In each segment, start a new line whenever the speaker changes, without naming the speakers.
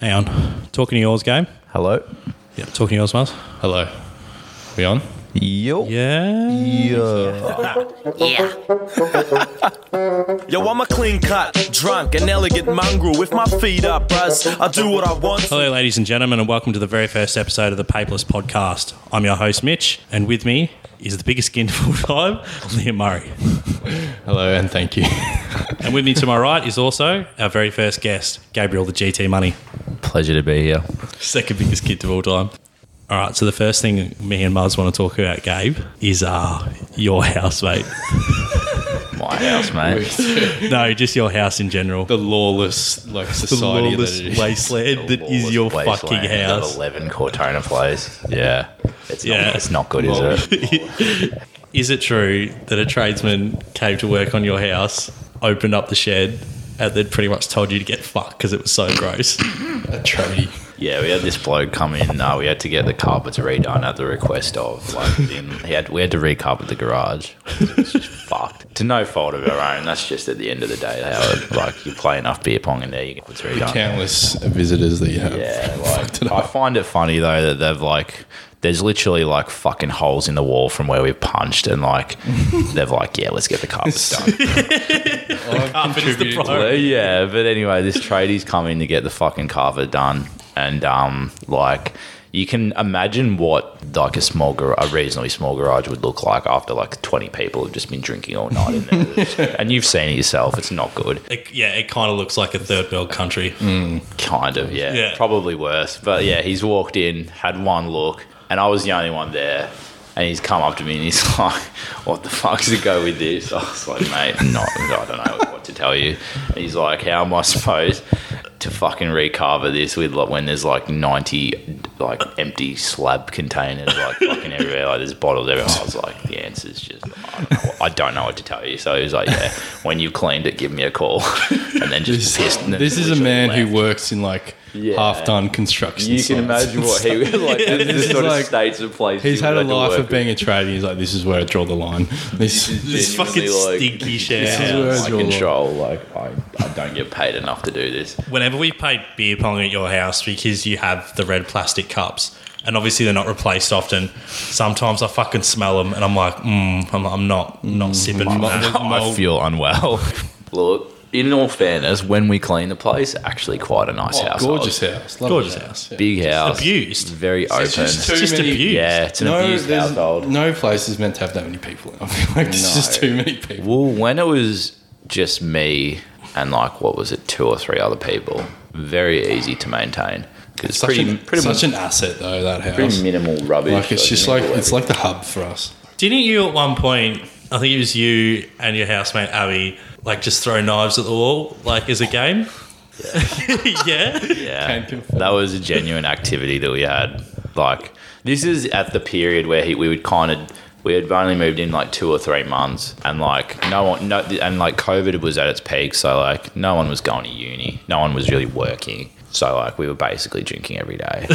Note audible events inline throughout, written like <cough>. Hang on. Talking to yours game.
Hello.
Yeah, talking to yours, Mars.
Hello. We on?
Yo.
Yeah.
Yo.
Yo, I'm a clean cut, drunk, an elegant mongrel with my feet up, buzz. I do what I want.
Hello, ladies and gentlemen, and welcome to the very first episode of the Paperless Podcast. I'm your host, Mitch, and with me is the biggest skin full <laughs> time, Liam Murray.
Hello and thank you.
And with me to my right is also our very first guest, Gabriel the GT Money,
<laughs> Pleasure to be here.
second biggest kid of all time. All right, so the first thing me and Mars want to talk about, Gabe, is uh, your house, mate. <laughs>
<laughs> My house, mate.
no, just your house in general.
the lawless like society
lawless
that it
<laughs>
is.
wasteland that is your
Wasteland
fucking
at
house.
Eleven Cortona Place.
Yeah.
It's
Yeah.
not. It's not good, is
Well,
it?
<laughs> Is it true that a tradesman came to work on your house, opened up the shed, and then pretty much told you to get fucked because it was so gross?
A tradie.
Yeah, we had this bloke come in. Uh, we had to get the carpets redone at the request of. Like, in, he had, we had to recarpet the garage. It was just <laughs> fucked. To no fault of our own. That's just at the end of the day. How it, like you play enough beer pong in there, you get it's redone.
Countless visitors that you have. <laughs>
Yeah, like, I find it funny though that they've like, there's literally like fucking holes in the wall from where we punched, and like, they've like, yeah, let's get the carpets done.
<laughs> I've
Ah, the
contributed to
priority.
that.
But yeah, but anyway, this tradie's come in to get the fucking carpet done, and um, like, you can imagine what like a small gar- a reasonably small garage would look like after like 20 people have just been drinking all night in there, and you've seen it yourself. It's not good.
It, yeah, it kind of looks like a third world
Mm.
country.
Kind of, yeah.
Yeah.
Probably worse. But yeah, he's walked in, had one look, and I was the only one there. And he's come up to me and he's <laughs> like, What the fuck's to go with this? I was like, Mate, not, I don't know what to tell you. And he's like, How am I supposed to fucking recover this with like, when there's like 90 like empty slab containers like fucking everywhere? Like there's bottles everywhere. I was like, The answer's just, I don't know what, I don't know what to tell you. So he was like, Yeah, when you've cleaned it, give me a call. <laughs> And then just
This,
pissed. and then
this is a
literally
man
left.
who works in like
Yeah.
half done construction.
You can
sites.
imagine what <laughs> he was like. This is the sort
like-
of states of place.
<laughs> He's
he
had a
would have to
life
work
of being a tradie. He's like, this is where I draw the line. This,
This fucking
Genuinely, like-
stinky shit.
is where-
with.
Where's
I
your
control. Like I, I don't get paid enough to do <laughs> this.
Whenever we played beer pong at your house because you have the red plastic cups, and obviously they're not replaced often, sometimes I fucking smell them and I'm like, mm, I'm, I'm not, not sipping on that. <laughs>
I feel unwell. <laughs> Look, in all fairness, when we clean the place, actually quite a nice house.
oh, gorgeous house. Lovely
Gorgeous house.
Yeah.
big house,
abused.
very open.
just too
It's just
many-
abused.
yeah, it's an
No,
abused
there's
household.
no place is meant to have that many people. in. <laughs> I feel like there's just
No.
too many people.
Well, when it was just me and like what was it, two or three other people, very easy to maintain. 'Cause
Such,
pretty,
an,
pretty,
such
much
an asset though that house.
pretty minimal rubbish.
Like it's just like
think
it's like the hub for us.
Didn't you at one point? I think it was you and your housemate Abby, like just throw knives at the wall, like as a game. <laughs> Yeah.
Yeah,
Can confirm.
that was a genuine activity that we had. Like this is at the period where he, we would kind of we had only moved in like two or three months, and like no one, no, and like COVID was at its peak, so like no one was going to uni, no one was really working. So like we were basically drinking
<laughs>
every day,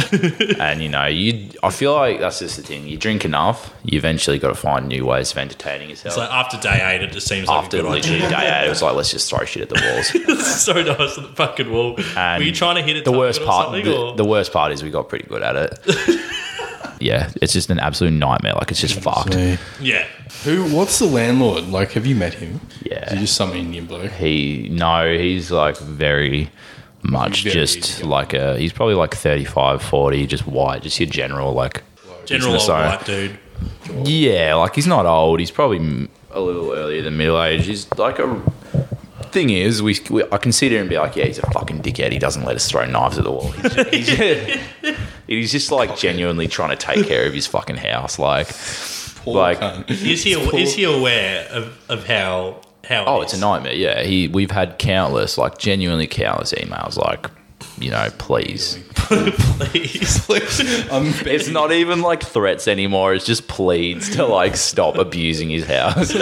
and you know you. I feel like that's just the thing. You drink enough, you eventually got to find new ways of entertaining yourself.
So after day eight, it just seems like
After
a good
literally day eight, it was like let's just throw shit at the
<laughs>
walls.
idea. so nice at the fucking wall.
And
Were you trying to hit it?
the worst
or
part
something,
the,
or?
the worst part is we got pretty good at
<laughs>
it yeah it's just an absolute nightmare like it's just fucked
yeah.
Who? What's the landlord like? Have you met him?
Yeah.
Is he just some Indian
<laughs>
bloke?
he no he's like very much
Very
just like a he's probably like 35 40 just white just your general like
General old
Business owner.
white dude.
yeah like he's not old he's probably m- a little earlier than middle age he's like a thing is we, we i consider him to be like yeah he's a fucking dickhead he doesn't let us throw knives at the wall he's just, <laughs> he's, he's just like genuinely trying to take care of his fucking house like
Poor
Like-
cunt.
Is he? Is he aware of, of how how? it
Oh, it's a
is?
nightmare. Yeah, he. We've had countless, like genuinely countless emails, like you know, please.
<laughs>
<laughs>
Please.
I'm
It's not even like threats anymore. It's just pleads to like stop abusing his <laughs> house.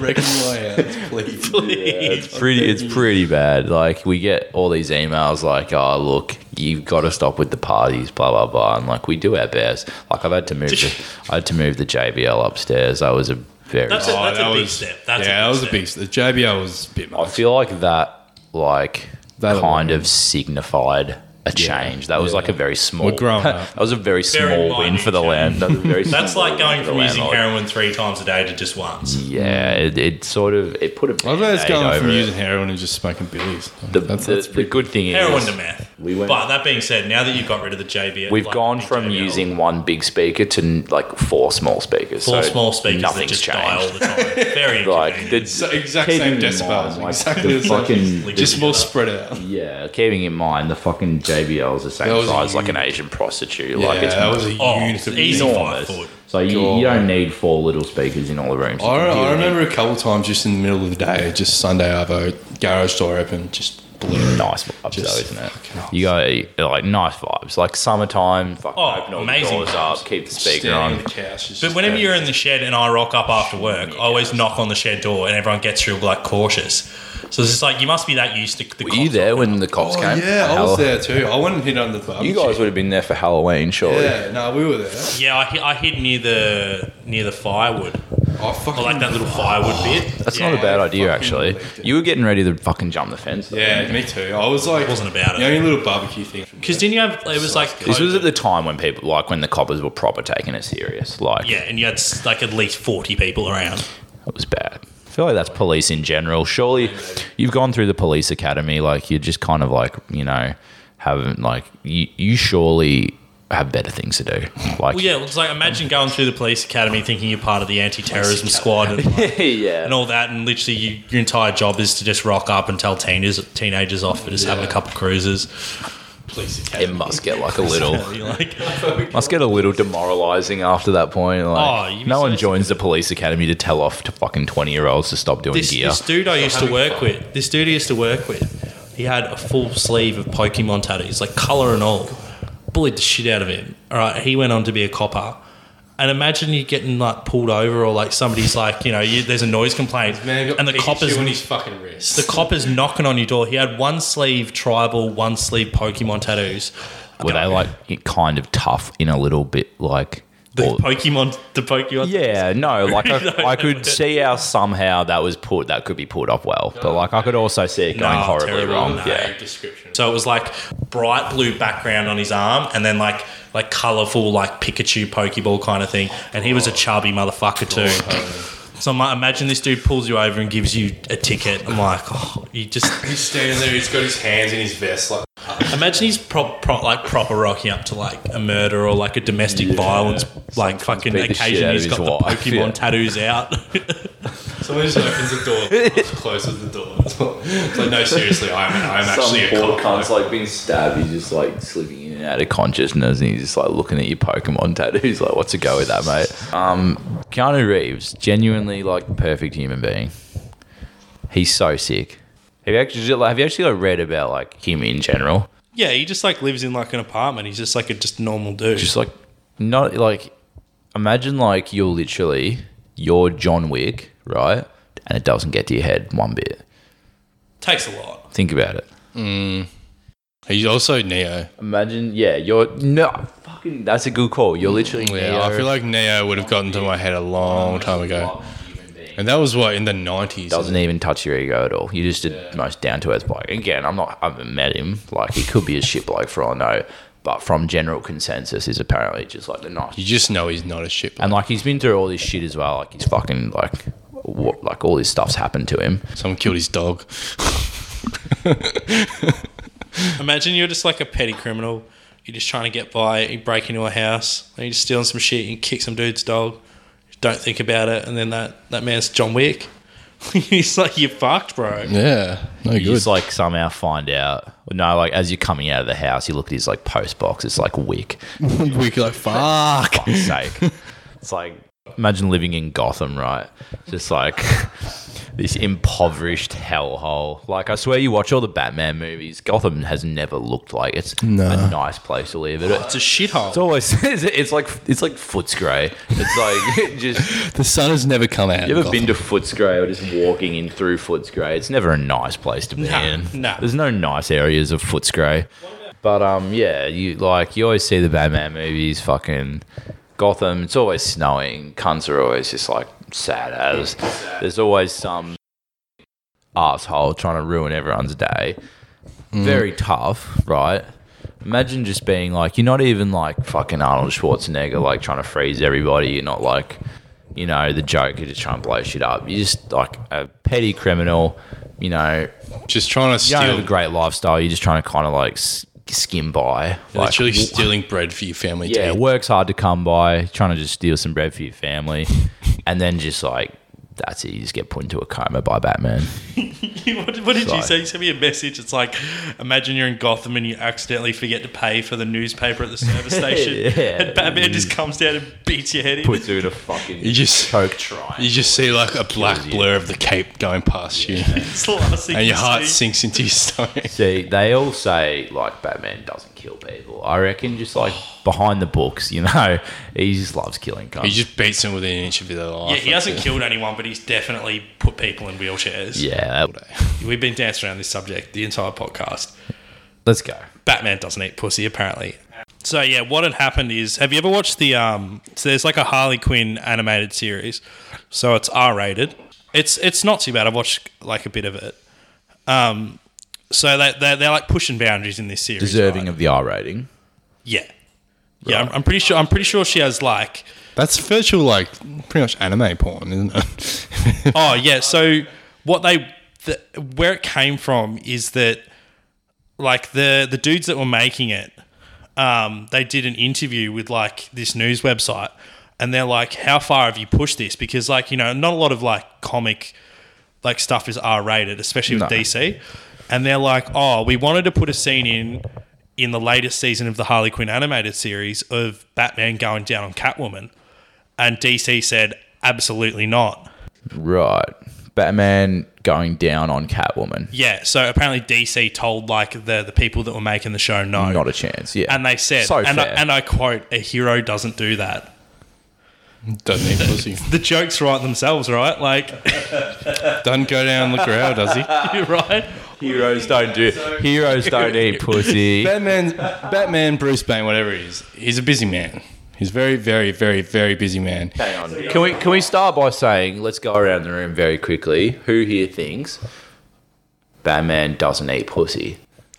<laughs>
my house, please.
it's pretty. It's pretty bad. Like we get all these emails, like, oh look, you've got to stop with the parties, blah blah blah, and like we do our best. Like I've had to move. The, I had to move the JBL upstairs. That was a very.
That's a,
Oh,
that's a
that
big
was-
step. That's
yeah, that was
step.
a big. step. The JBL was a bit
I
much.
feel like that, like
That
kind
alone.
of signified a change. That was like a very small.
We're
<laughs>
growing up.
that was a
Very
very small win
minute
for the
change.
land. That was
<laughs>
a very
That's
small
like
win
going
for the
from using
landlord.
heroin three times a day to just once.
Yeah, it, it sort of it put a.
I bet it's
Band-Aid
going from
over it.
using heroin and just smoking billies.
The,
that's,
the,
that's
the
pretty
good thing is
Heroin to meth.
We went-
but that being said, now that you got rid of the JBL,
We've
like,
gone
the big
from
JBL,
using one big speaker to n- like four small speakers.
four
so
small speakers that
nothing's
just
changed.
die all the
<laughs>
time. Very
Like
inconvenient.
the
So exact same
keeping in
decibels,
mind, like,
exactly
the
the same.
fucking
Just more spread out.
yeah. Keeping in mind the fucking JBL's the same
That was
size like
huge.
an Asian prostitute.
Yeah,
like it's
that was a
Oh,
unit of
easy
music.
five
enormous.
foot.
So you, you
God.
don't need four little speakers in all the rooms. You
I,
can
I
hear
remember a couple times just in the middle of the day, just Sunday Arvo, garage door open, just
it.
blue.
nice vibes
Just
though, isn't it?
fucking awesome.
You go like nice vibes, like summertime. Fucking
Oh,
open all
amazing
the doors
vibes.
up, keep the speaker
Standing on
on.
the couch. it's
But
just
whenever
that-
you're in the shed and I rock up after work, I always knock on the shed door and everyone gets real like cautious. So it's just like you must be that used to the.
Were you there when the cops
Oh,
came?
yeah, I
Hell-
was there too. I went and hit under the barbecue.
You guys would have been there for Halloween, surely.
Yeah, no, we were there.
Yeah, I, hi- I hid near the near the firewood,
I fucking
or Oh, like that little firewood bit.
<sighs> That's
Yeah.
not a bad
I
idea,
fucking
actually.
believed it.
You were getting ready to fucking jump the fence. though.
Yeah, me too. I was like,
Wasn't about it.
The only little barbecue thing.
Because didn't you have? It was like
This was
COVID.
at the time when people, like, when the coppers were proper taking it serious. Like,
Yeah, and you had s- like at least 40 people around.
it was bad. I feel like that's police in general. Surely you've gone through the police academy. Like, you're just kind of like, you know, haven't, like, you, you surely have better things to do. Like,
Well, yeah, it's like imagine going through the police academy thinking you're part of the anti terrorism squad and, like, and
yeah.
all that, and literally you, your entire job is to just rock up and tell teenagers, teenagers off for just having a
Yeah.
couple of cruises.
Police
<laughs> It
academy.
must get like a little,
<laughs> You're like,
must get a little demoralizing after that point.
Oh,
Like,
you'd be
no
so
one joins the police academy to tell off to fucking twenty year olds to stop doing
this,
gear.
this dude I used to work with, this dude I used to work with, he had a full sleeve of Pokemon tattoos, like color and all. Bullied the shit out of him. All right, he went on to be a copper. And imagine you getting like pulled over, or like somebody's like, you know, you, there's a noise complaint,
Man,
and the coppers
on his fucking wrist.
The copper's knocking on your door. He had one sleeve tribal, one sleeve Pokemon tattoos.
Were they like kind of tough in a little bit like?
The
or-
Pokemon, the Pokemon.
yeah, no, like I, I could see how somehow that was put that could be pulled off well, but like I could also see it going
No,
horribly
terrible,
wrong.
no.
Yeah,
description.
So it was like bright blue background on his arm, and then like like colorful like Pikachu Pokeball kind of thing. And he was a chubby motherfucker too. So I'm like, imagine this dude pulls you over and gives you a ticket. I'm like, oh, you just
He's standing there. He's got his hands in his vest, like
imagine he's prop, prop like proper rocking up to like a murder or like a domestic violence like fucking
beat the shit out
occasion.
of
He's
his
got the
wife,
Pokemon
yeah.
tattoos out. <laughs>
someone just opens the door, closes the door. It's like, no, seriously, I'm I'm actually a cop.
like being stabbed. He's just like slipping in and out of consciousness, and he's just like looking at your Pokemon <laughs> tattoos. Like, what's a go with that, mate? Um, Keanu Reeves, genuinely like perfect human being. He's so sick. Have you actually like, have you actually like, read about like him in general?
Yeah, he just like lives in like an apartment. He's just like a just normal dude.
Just like not like imagine like you're literally you're John Wick, right? And it doesn't get to your head one bit.
takes a lot.
Think about it.
He's also Neo.
Imagine, yeah, you're no fucking. That's a good call. You're literally
Yeah, I feel like Neo would have gotten to my head a long time ago, and that was what in the nineties.
doesn't even touch your ego at all. You're just the most down to earth bloke. Again, I'm not. I haven't met him. Like he could be a shit bloke for all I know, but from general consensus, is apparently just like the nice.
You just know he's not a ship.
And like he's been through all this shit as well. Like he's fucking like, what, like all this stuff's happened to him.
Someone killed his dog.
Imagine you're just like a petty criminal. You're just trying to get by. You break into a house. And you're just stealing some shit. You kick some dude's dog. You don't think about it. And then that, that man's John Wick. <laughs> He's like, you're fucked, bro.
Yeah, no
You just like somehow find out. No, like as you're coming out of the house, you look at his like post box. It's like wick.
<laughs>
<laughs>
we go fuck.
fuck's sake. It's like imagine living in Gotham, right? Just like <laughs> this impoverished hellhole. Like I swear, you watch all the Batman movies. Gotham has never looked like it's a nice place to live. It,
It's
it's
a shithole.
always <laughs> it's, it's like it's like Footscray. It's like <laughs> just
The sun has never come out.
you ever been to Footscray or just walking in through Footscray? It's never a nice place to be
Nah,
in.
nah.
There's no nice areas of Footscray. But um, yeah, you like you always see the Batman movies, fucking Gotham. It's always snowing. Cunts are always just like sad as. There's always some asshole trying to ruin everyone's day. Very tough, right? Imagine just being like, you're not even like fucking Arnold Schwarzenegger, like trying to freeze everybody. You're not like, you know, the Joker just trying to blow shit up. You're just like a petty criminal, you know,
Just trying to
you don't have a
steal,
great lifestyle. You're just trying to kind of like s- skim by. Like,
literally stealing bread for your family
yeah,
to eat.
works hard to come by, trying to just steal some bread for your family, <laughs> and then just like that's it. You just get put into a coma by Batman.
<laughs> what, what did you
Sorry.
say? You sent me a message. It's like, imagine you're in Gotham and you accidentally forget to pay for the newspaper at the service station,
Yeah.
and Batman just comes down and beats your head in.
Put through the fucking
You just
coke try.
you just see like a black
you.
blur of the cape going past you,
It's the last thing
<laughs>
<laughs>
and your
you
heart
see.
sinks into your stomach.
See, they all say like Batman doesn't kill people. I reckon just like behind the books, you know, <laughs> he just loves killing
He
cunts.
just beats them within an inch of their life.
Yeah, he
That's
hasn't
it.
killed anyone, but he's definitely put people in wheelchairs.
yeah, that-
We've been dancing around this subject the entire podcast.
let's go.
Batman doesn't eat pussy, apparently. So yeah, what had happened is, have you ever watched the um? So there's like a Harley Quinn animated series, so it's R rated. It's it's not too bad. I've watched like a bit of it. Um, so they they're, they're like pushing boundaries in this series.
Deserving
right?
of the R rating.
yeah, yeah. I'm, I'm pretty sure. I'm pretty sure she has like
That's virtual, like pretty much anime porn, isn't it?
Oh yeah. So what they the, where it came from is that like the the dudes that were making it, um, they did an interview with like this news website, and they're like, "How far have you pushed this?" Because like you know, not a lot of like comic like stuff is R rated, especially with
No.
DC. And they're like, "Oh, we wanted to put a scene in." In the latest season of the Harley Quinn animated series of Batman going down on Catwoman, and DC said absolutely not.
Right. Batman going down on Catwoman.
Yeah, so apparently DC told like the the people that were making the show no,
Not a chance. Yeah.
and they said,
So
and, I,
fair.
and I quote, "A hero doesn't do that."
<laughs> Doesn't need pussy.
The jokes write themselves, right? Like, <laughs>
Doesn't go down the ground, does he?
you're right?
heroes don't do heroes don't <laughs> eat pussy.
<laughs> Batman, Batman, Bruce Bane, whatever he is, he's a busy man. He's a very, very, very, very busy man.
Hang on. Can we can we start by saying let's go around the room very quickly. Who here thinks Batman doesn't eat pussy?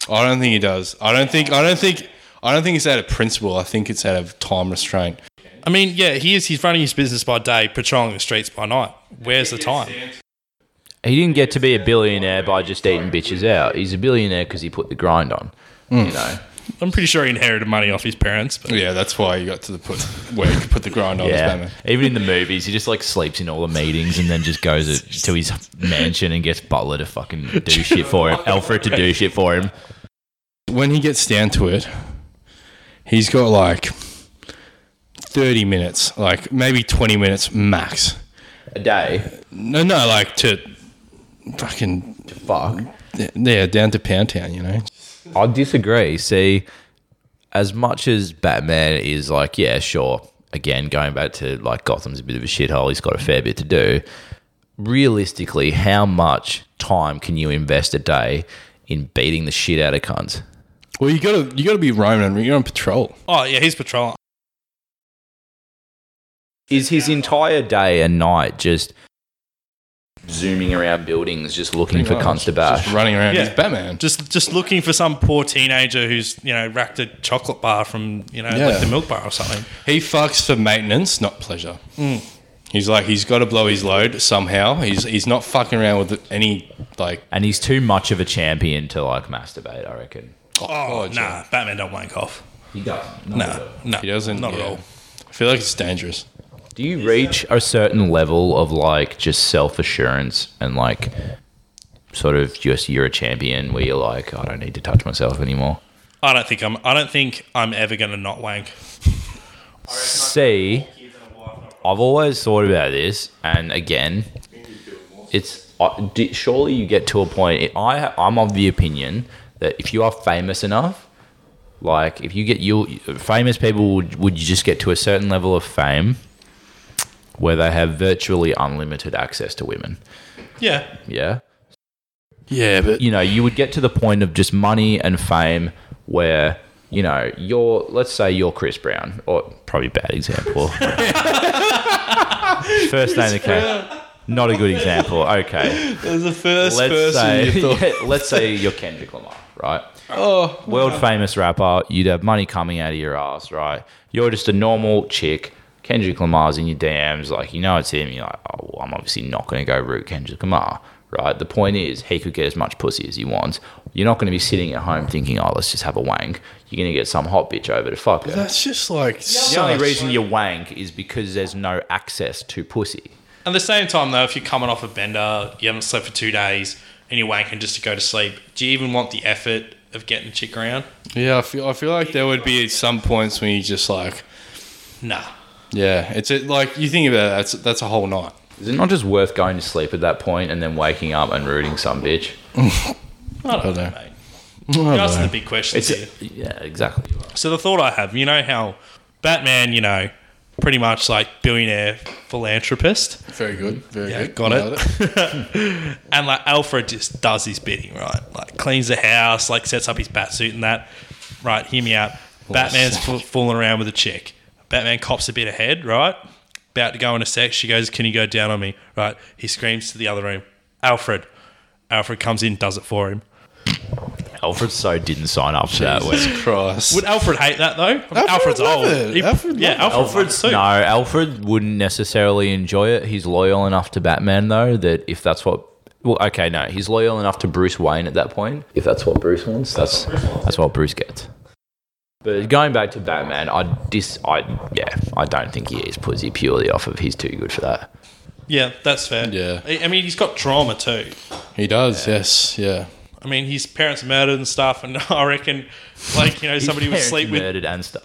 I don't think he does. I don't think. I don't think. I don't think it's out of principle. I think it's out of time restraint.
I mean, yeah, he is. He's running his business by day, patrolling the streets by night. Where's the time?
He didn't get to be a billionaire by just eating bitches out. He's a billionaire because he put the grind on. You know.
I'm pretty sure he inherited money off his parents, but
Yeah, that's why he got to the put where he could put the grind on his
Yeah.
Batman.
Even in the movies, he just like sleeps in all the meetings and then just goes to his mansion and gets Butler to fucking do shit for him. Alfred to do shit for him.
When he gets down to it, he's got like thirty minutes, like maybe twenty minutes max.
A day.
No, no, like to fucking
Fuck.
yeah, down to Pound Town. You know,
I disagree. See, as much as Batman is like, yeah, sure. Again, going back to like Gotham's a bit of a shithole. He's got a fair bit to do. Realistically, how much time can you invest a day in beating the shit out of cunts?
Well, you gotta you gotta be roaming. You're on patrol.
oh yeah, he's patrolling.
Is his entire day and night just zooming around buildings, just looking for cunts to
Just
bash?
running around.
Yeah.
He's Batman.
Just just looking for some poor teenager who's you know racked a chocolate bar from you know
Yeah.
like the milk bar or something.
He fucks for maintenance, not pleasure. He's like he's got to blow his load somehow. He's he's not fucking around with any like.
And he's too much of a champion to like masturbate. I reckon
Oh,
Oh,
God,
nah,
yeah.
Batman don't wank off.
he doesn't.
No, no,
he doesn't.
Not
yeah.
at all.
I feel like it's dangerous.
Do you reach a certain level of like just self assurance and like sort of just you're a champion where you're like, I don't need to touch myself anymore?
I don't think I'm. I don't think I'm ever going to not wank.
See, I've always thought about this, and again, it's uh, d- surely you get to a point. I I'm of the opinion that if you are famous enough, like if you get you famous people would would just get to a certain level of fame where they have virtually unlimited access to women.
Yeah,
Yeah.
Yeah, but
you know, you would get to the point of just money and fame where, you know, you're, let's say you're Chris Brown, or probably a bad example. First name that came. Not a good example. Okay.
There's the first
Let's
person
say, <laughs>
you thought.
yeah, let's say you're Kendrick Lamar, right?
Oh,
World famous rapper. You'd have money coming out of your ass, right? You're just a normal chick. Kendrick Lamar's in your DMs. Like, you know it's him. You're like, oh, well, I'm obviously not going to go root Kendrick Lamar, right? The point is, he could get as much pussy as he wants. You're not going to be sitting at home thinking, oh, let's just have a wank. You're going to get some hot bitch over to fuck her.
that's just like
The only reason you wank is because there's no access to pussy.
At the same time, though, if you're coming off a bender, you haven't slept for two days, and you're wanking just to go to sleep, do you even want the effort of getting the chick around?
Yeah, I feel I feel like there would be some points when you just like,
Nah.
yeah, it's a, like you think about it, that's that's a whole night.
Is it not just worth going to sleep at that point and then waking up and rooting some bitch?
I don't, know,
know.
mate.
I
You're asking
dunno.
the big questions
It's
here.
yeah, exactly.
So the thought I have, you know how Batman, you know, pretty much like billionaire philanthropist,
Very good, very
Yeah,
good.
got
Nailed
it. and like Alfred just does his bidding, right? Like cleans the house, like sets up his bat suit and that. Right, hear me out. Batman's f- fooling around with a chick. Batman cops a bit ahead, right? About to go into sex, she goes, "Can you go down on me?" Right? He screams to the other room, "Alfred!" Alfred comes in, does it for him.
Alfred so didn't sign up for that. When
<laughs> Christ.
Would Alfred hate that though? I mean,
Alfred
Alfred's
would love
old.
it. Alfred would
yeah,
love
<laughs>
it.
Alfred Alfred's too.
no, Alfred wouldn't necessarily enjoy it. He's loyal enough to Batman though that if that's what. Well, okay, no, he's loyal enough to Bruce Wayne at that point. If that's what Bruce wants, that's that's what Bruce gets. But going back to Batman, I dis, I yeah, I don't think he is pussy purely off of he's too good for that.
Yeah, that's fair.
Yeah.
I, I mean, he's got trauma too.
He does, yes, yeah.
I mean, his parents murdered and stuff, and <laughs> I reckon, like you know, somebody would
Parents
sleep with
murdered and stuff.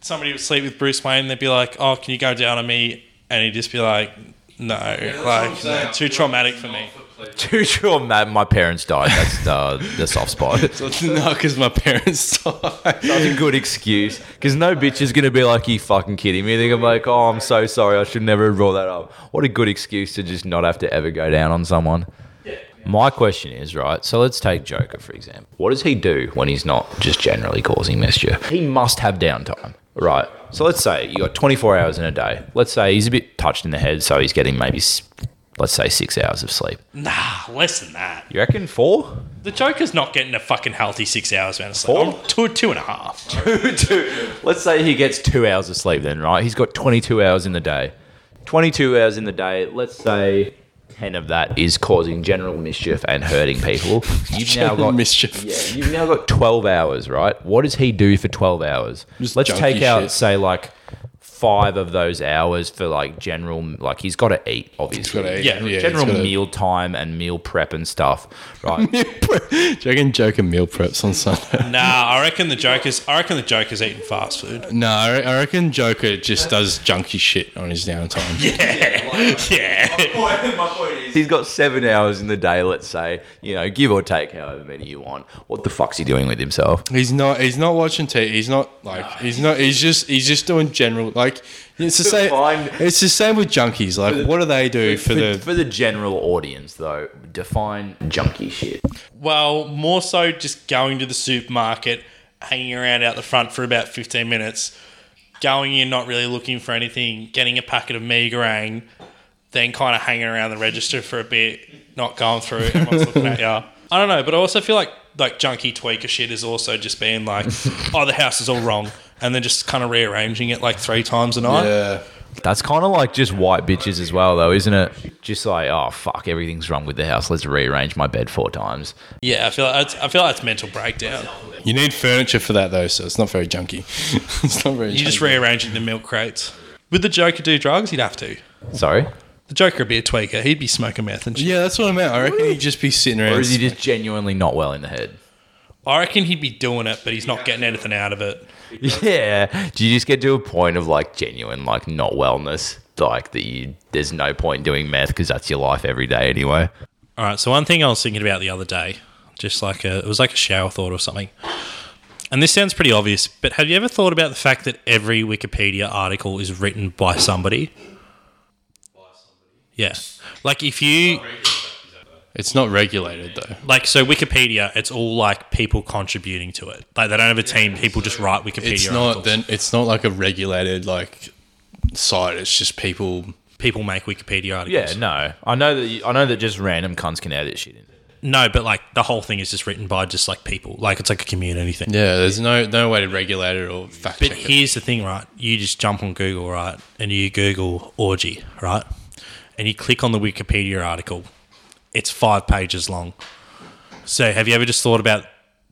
somebody would sleep with Bruce Wayne. They'd be like, "Oh, can you go down on me?" And he'd just be like, "No, like no, too traumatic for me."
Too sure, man. My parents died. That's uh, the soft spot. It's
<laughs> no, because my parents <laughs> died.
a good excuse because no bitch is gonna be like, "You fucking kidding me?" They're gonna be like, "Oh, I'm so sorry. I should never have brought that up." What a good excuse to just not have to ever go down on someone. My question is right. So let's take Joker for example. What does he do when he's not just generally causing mischief? He must have downtime, right? So let's say you got 24 hours in a day. Let's say he's a bit touched in the head, so he's getting maybe, s- let's say, six hours of sleep.
Nah, less than that.
You reckon four?
The Joker's not getting a fucking healthy six hours amount of sleep.
Four?
I'm two, two and a half.
Two- <laughs> Let's say he gets two hours of sleep then, right? He's got 22 hours in the day. 22 hours in the day, let's say 10 of that is causing general mischief and hurting people. You've now got
mischief.
Yeah, you've now got 12 hours, right? What does he do for 12 hours?
Just
let's
junky
take out
shit.
say like 5 of those hours for like general like he's got to eat obviously.
gotta eat,
Yeah,
yeah,
general
he's gotta-
meal time and meal prep and stuff, right?
Do you reckon Joker meal preps on Sunday?
Nah, I reckon the Joker's. I reckon the Joker's eating fast food. <laughs>
no, I re- I reckon Joker just does junky shit on his downtime.
yeah.
He's got seven hours in the day, let's say, you know, give or take however many you want. What the fuck's he doing with himself?
He's not. He's not watching TV. He's not like. He's not. He's just. He's just doing general. Like it's the same.
Define-
It's the same with junkies. Like what do they do for
For,
the?
for the general audience, though, define junky shit.
Well, more so just going to the supermarket, hanging around out the front for about 15 minutes, going in, not really looking for anything, getting a packet of mee goreng, then kind of hanging around the register for a bit, not going through, everyone's looking at you. I don't know, but I also feel like like junky tweaker shit is also just being
<laughs>
like, oh, the house is all wrong, and then just kind of rearranging it like three times a night.
Yeah.
That's kind of like just white bitches as well, though, isn't it? Just like, oh, fuck, everything's wrong with the house. Let's rearrange my bed four times.
Yeah, I feel like that's, I feel like it's mental breakdown.
You need furniture for that though, so it's not very junky. <laughs> it's not very.
You're just
junky.
rearranging the milk crates. Would the Joker do drugs? He'd have to.
Sorry?
The Joker would be a tweaker. He'd be smoking meth and shit.
Yeah, that's what I meant. I reckon he'd just be sitting around.
Or is he just genuinely not well in the head? <laughs>
I reckon he'd be doing it, but he's not getting anything out of it.
Yeah. Do you just get to a point of like genuine, like not wellness? Like that you, there's no point doing meth because that's your life every day anyway.
All right. So one thing I was thinking about the other day, just like a, it was like a shower thought or something. And this sounds pretty obvious, but have you ever thought about the fact that every Wikipedia article is written by somebody? By somebody. Yeah. Like if you
It's not regulated though.
like so Wikipedia, it's all like people contributing to it. Like they don't have a team. People just write Wikipedia.
It's not.
articles.
Then it's not like a regulated like site. It's just people.
people make Wikipedia
Yeah,
articles.
no. I know that you, I know that just random cunts can edit shit in.
No, but like the whole thing is just written by just like people. Like it's like a community thing.
Yeah, there's no no way to regulate it or fact
But
check it.
here's the thing, right? You just jump on Google, right? And you Google orgy, right? And you click on the Wikipedia article. It's five pages long. So have you ever just thought about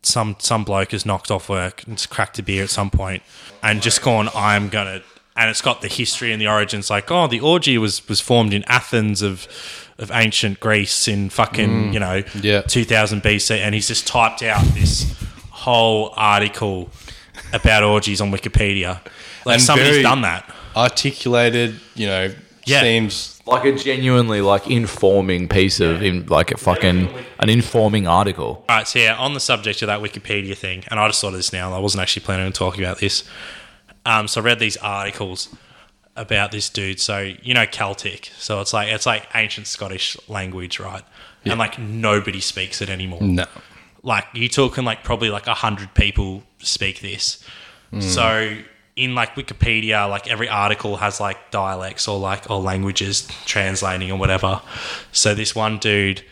some some bloke has knocked off work and has cracked a beer at some point and just gone, I'm gonna and it's got the history and the origins like, oh, the orgy was was formed in Athens of of ancient Greece in fucking, you know,
Mm. Yeah.
2000 BC, and he's just typed out this whole article about orgies on Wikipedia. Like
And
somebody's
very-
done that.
Articulated, you know,
Yeah.
seems
Like a genuinely like informing piece of in, like a fucking an informing article.
All right, so yeah, on the subject of that Wikipedia thing, and I just thought of this now. I wasn't actually planning on talking about this. Um, so I read these articles about this dude. So you know Celtic. So it's like it's like ancient Scottish language, right? And like nobody speaks it anymore.
no.
like you're talking like probably like a hundred people speak this.
Hmm.
So in like Wikipedia, like every article has like dialects or like or languages translating or whatever. So this one dude,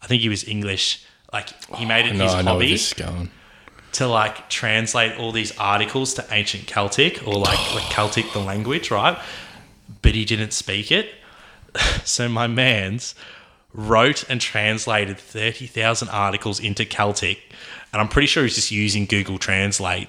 I think he was English. Like he made it
No,
his
I know where
hobby
this is going.
to like translate all these articles to ancient Celtic or like, like Celtic the language, right? But he didn't speak it. <laughs> So my man's wrote and translated 30,000 articles into Celtic. And I'm pretty sure he's just using Google Translate.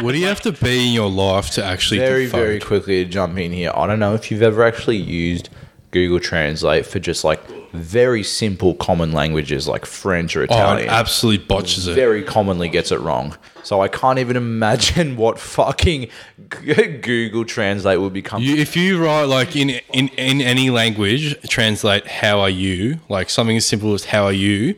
What do you have to be in your life to actually
Very
default?
very quickly to jump in here. I don't know if you've ever actually used Google Translate for just like very simple common languages like French or
Oh,
Italian.
it absolutely botches it.
very commonly gets it wrong. So I can't even imagine <laughs> what fucking G- Google Translate would become.
You, if you write like in, in in any language, translate "how are you" like something as simple as "how are you"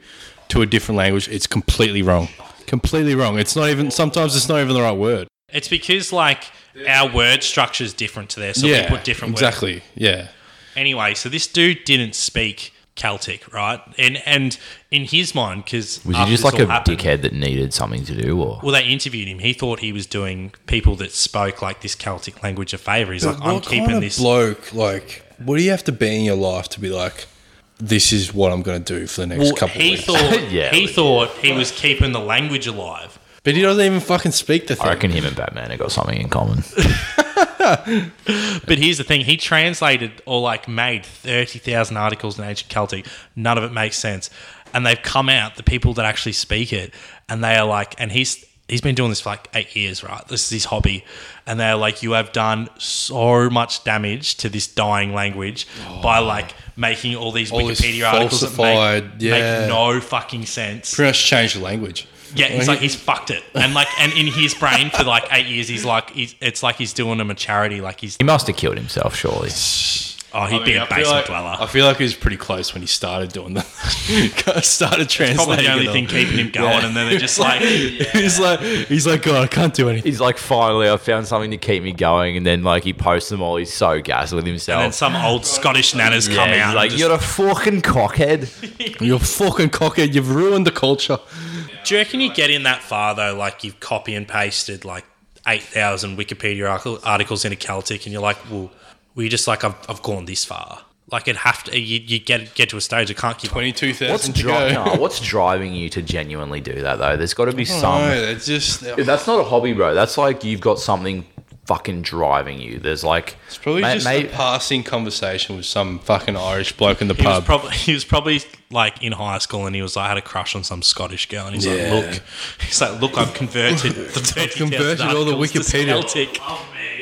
to a different language, it's completely wrong. Completely wrong. It's not even. Sometimes it's not even the right word.
It's because like our word structure is different to theirs. So we put different words.
exactly. Yeah,
Anyway, so this dude didn't speak Celtic, right? And and in his mind, because
was he just like a dickhead that needed something to do, or
Well, they interviewed him. He thought he was doing people that spoke like this Celtic language a favour. He's like, I'm
what kind
keeping
of
this.
bloke. Like, what do you have to be in your life to be like? This is what I'm going to do for the next
well,
couple of
he
weeks.
thought
Yeah,
he
legit.
thought he was keeping the language alive.
but he doesn't even fucking speak the thing.
I reckon him and Batman have got something in common.
But here's the thing: he translated or like made thirty thousand articles in ancient Celtic. None of it makes sense, and they've come out the people that actually speak it, and they are like, and he's he's been doing this for like eight years, right? This is his hobby, and they're like, you have done so much damage to this dying language by like making all these
Oh. All this
Wikipedia articles that make,
falsified, yeah.
make no fucking sense.
Pretty much change the language.
Yeah, he's
Like-
like he's fucked it, and like, and in his brain for like eight years, he's like, he's, it's like he's doing them a charity, like he's
he must have killed himself, surely.
oh, he'd
I
be
mean,
a
I feel
basement
like-
dweller.
I feel like he was pretty close when he started doing that. <laughs> started translating.
probably the only
it
thing
all. <laughs>
keeping him going, and then they're just like,
he's like, he's like, God, I can't do anything.
He's like, finally, I found something to keep me going, and then like he posts them all. He's so gassed with himself.
and then some old Scottish nanners
yeah,
come
he's
out. and
like
just-
you're a
<laughs>
fucking cockhead.
You're fucking cockhead. You've ruined the culture.
do you reckon you get in that far though? Like you've copy and pasted like eight thousand Wikipedia article- articles into Celtic, and you're like, well, we just like I've, I've gone this far. Like it'd have to you, you get get to a stage I can't keep. up.
Twenty-two
What's,
thousand to
<laughs>
dri-
go.
no, what's driving you to genuinely do that though? There's got to be some.
No, it's just
Dude, that's not a hobby, bro. That's like you've got something fucking driving you. There's like
it's probably
Ma-
just
ma-
a passing conversation with some fucking Irish bloke in the
He was
pub.
probably <laughs> he was probably like in high school, and he was like had a crush on some Scottish girl, and he's like,
Yeah.
look, <laughs> he's like, look, I've
<laughs>
converted the thirty
converted all the Wikipedia.
Celtic.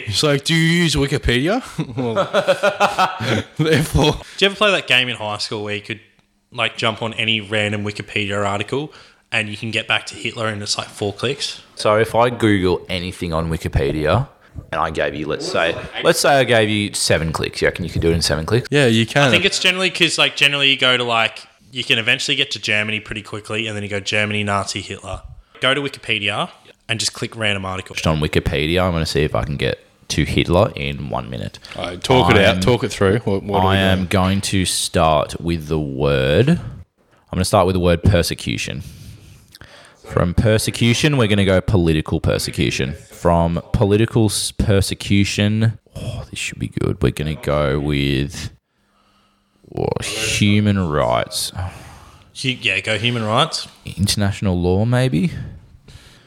It's like, do you use Wikipedia? <laughs>
<laughs>
Well, Therefore,
Do you ever play that game in high school where you could like jump on any random Wikipedia article and you can get back to Hitler in just like four clicks?
so if I Google anything on Wikipedia and I gave you let's say let's say I gave you seven clicks, you reckon you could do it in seven clicks?
yeah, you can.
I think it's generally because like generally you go to like you can eventually get to Germany pretty quickly and then you go Germany Nazi Hitler. Go to Wikipedia and just click random article.
Just on Wikipedia, I'm gonna see if I can get to Hitler in one minute.
All right, talk it
I'm-
out. Talk it through. What, what are
I
we
am
doing?
going to start with the word I'm gonna start with the word persecution. From persecution, we're going to go political persecution. From political s- persecution, oh, this should be good. We're going to go with oh, human rights,
Hu- yeah, go human rights.
international law, maybe.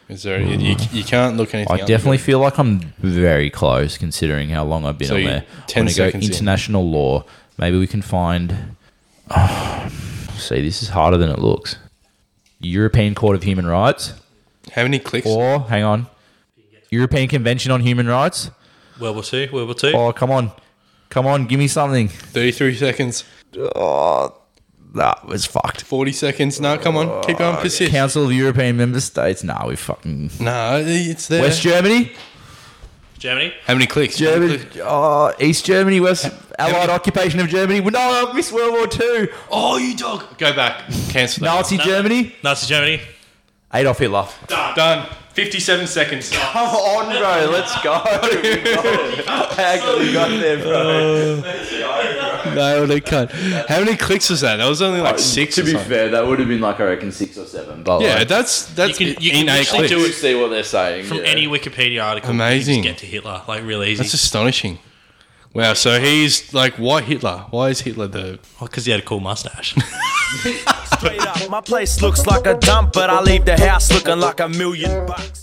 Is there, you, you, you can't look anything
I
up.
definitely feel like I'm very close considering how long I've been
So
on
you-
there.
10
I'm gonna go
seconds in.
international law. Maybe we can find. <sighs> see, this is harder than it looks. European Court of Human Rights,
How many clicks?
or hang on, European Convention on Human Rights.
World War Two. World War Two.
Oh, come on, come on, give me something.
33 seconds.
That was fucked.
40 seconds. No, come on. Keep going. Persist.
Council of European Member States. Nah, we fucking
No, it's there.
West Germany,
Germany.
How many clicks?
Germany, oh, East Germany, West Allied occupation of Germany. No, I missed World War Two.
Oh, you dog.
Go back. Cancel that.
Nazi Germany,
Nazi Germany.
Adolf Hitler.
Done. 57 seconds.
Come on, bro, Oh, let's go. Actually got there, bro.
no, they can't. How many clicks was that? That was only like six.
Oh, To
or
be
something.
fair, that would have been like I reckon six or seven. But
Yeah,
like,
that's that's
You can- you can
in eight
literally
clicks.
do
you see what they're saying
From
yeah.
any Wikipedia article,
Amazing.
You can just get to Hitler like real easy.
That's astonishing. Wow. So he's like, why Hitler? Why is Hitler the?
because Oh, he had a cool mustache.
Straight up, my place looks like a dump, but I leave the house looking like a million bucks.